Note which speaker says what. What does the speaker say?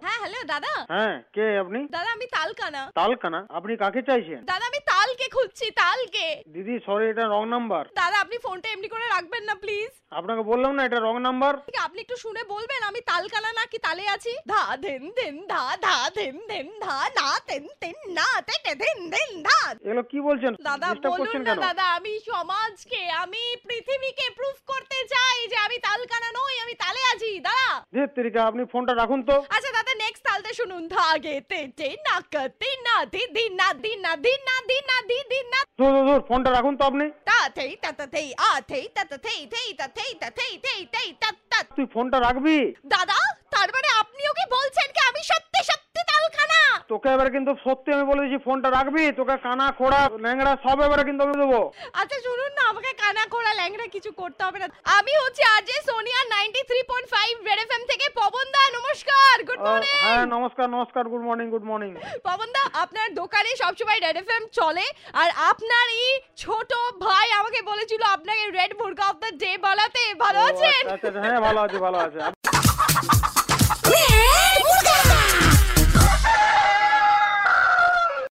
Speaker 1: দাদা
Speaker 2: হ্যাঁ কে আপনি
Speaker 1: দাদা আমি তালকানা
Speaker 2: তালকানা আপনি কাকে চাইছেন
Speaker 1: দাদা আমি তালকে খুঁজছি তালকে
Speaker 2: দিদি সরি এটা রং নাম্বার
Speaker 1: দাদা আপনি ফোনটা এমনি করে রাখবেন না প্লিজ
Speaker 2: আপনাকে বললাম না এটা রং নাম্বার
Speaker 1: আপনি একটু শুনে বলবেন আমি তালকানা না কি তালে আছি ধা ধেন ধেন ধা ধা ধেন ধেন ধা না তেন তেন না তে তে ধেন ধেন ধা
Speaker 2: এগুলো কি বলছেন
Speaker 1: দাদা
Speaker 2: ডিস্টার্ব
Speaker 1: বলুন
Speaker 2: করছেন
Speaker 1: না
Speaker 2: কেন
Speaker 1: দাদা আমি সমাজকে আমি পৃথিবীকে প্রুফ করতে চাই যে আমি তালকানা নই আমি তালে আছি দাদা
Speaker 2: ধীর তিরিকা আপনি ফোনটা রাখুন তো
Speaker 1: আচ্ছা দাদা নেক্সট তালতে শুনুন ধাগে তে তে না কতে না দি দি না দি না দি না দি না দি দি না
Speaker 2: ধুর, ধুর, ধুর, ফোনটা রাখুন তো আপনি
Speaker 1: তা থেই তা তা থেই আ থেই তা তা থেই থেই তা থেই তা থেই থেই থেই তা তা
Speaker 2: তুই ফোনটা রাখবি
Speaker 1: দাদা তার মানে আপনি ওকে বলছেন কি আমি সত্যি সত্যি তালখানা
Speaker 2: তোকে এবার কিন্তু সত্যি আমি বলে দিচ্ছি ফোনটা রাখবি তোকে কানা খোড়া ন্যাংরা সব এবারে কিন্তু আমি দেবো
Speaker 1: আচ্ছা শুনুন না আমাকে কানা খোড়া ল্যাংড়া কিছু করতে হবে না আমি হচ্ছে আরজে সোনিয়া 93.5 রেড এফএম থেকে পবন দা নমস্কার গুড
Speaker 2: আহ, হ্যাঁ
Speaker 1: মর্নিং
Speaker 2: নমস্কার নমস্কার good morning good morning
Speaker 1: Pawan দা আপনার দোকানে সবসময় রেড এফএম চলে আর আপনার এই ছোট ভাই আমাকে বলেছিল আপনাকে রেড মুরগা অফ দ্য ডে বলাতে ভালো আছেন
Speaker 2: আচ্ছা আচ্ছা, হ্যাঁ ভালো আছে ভালো আছে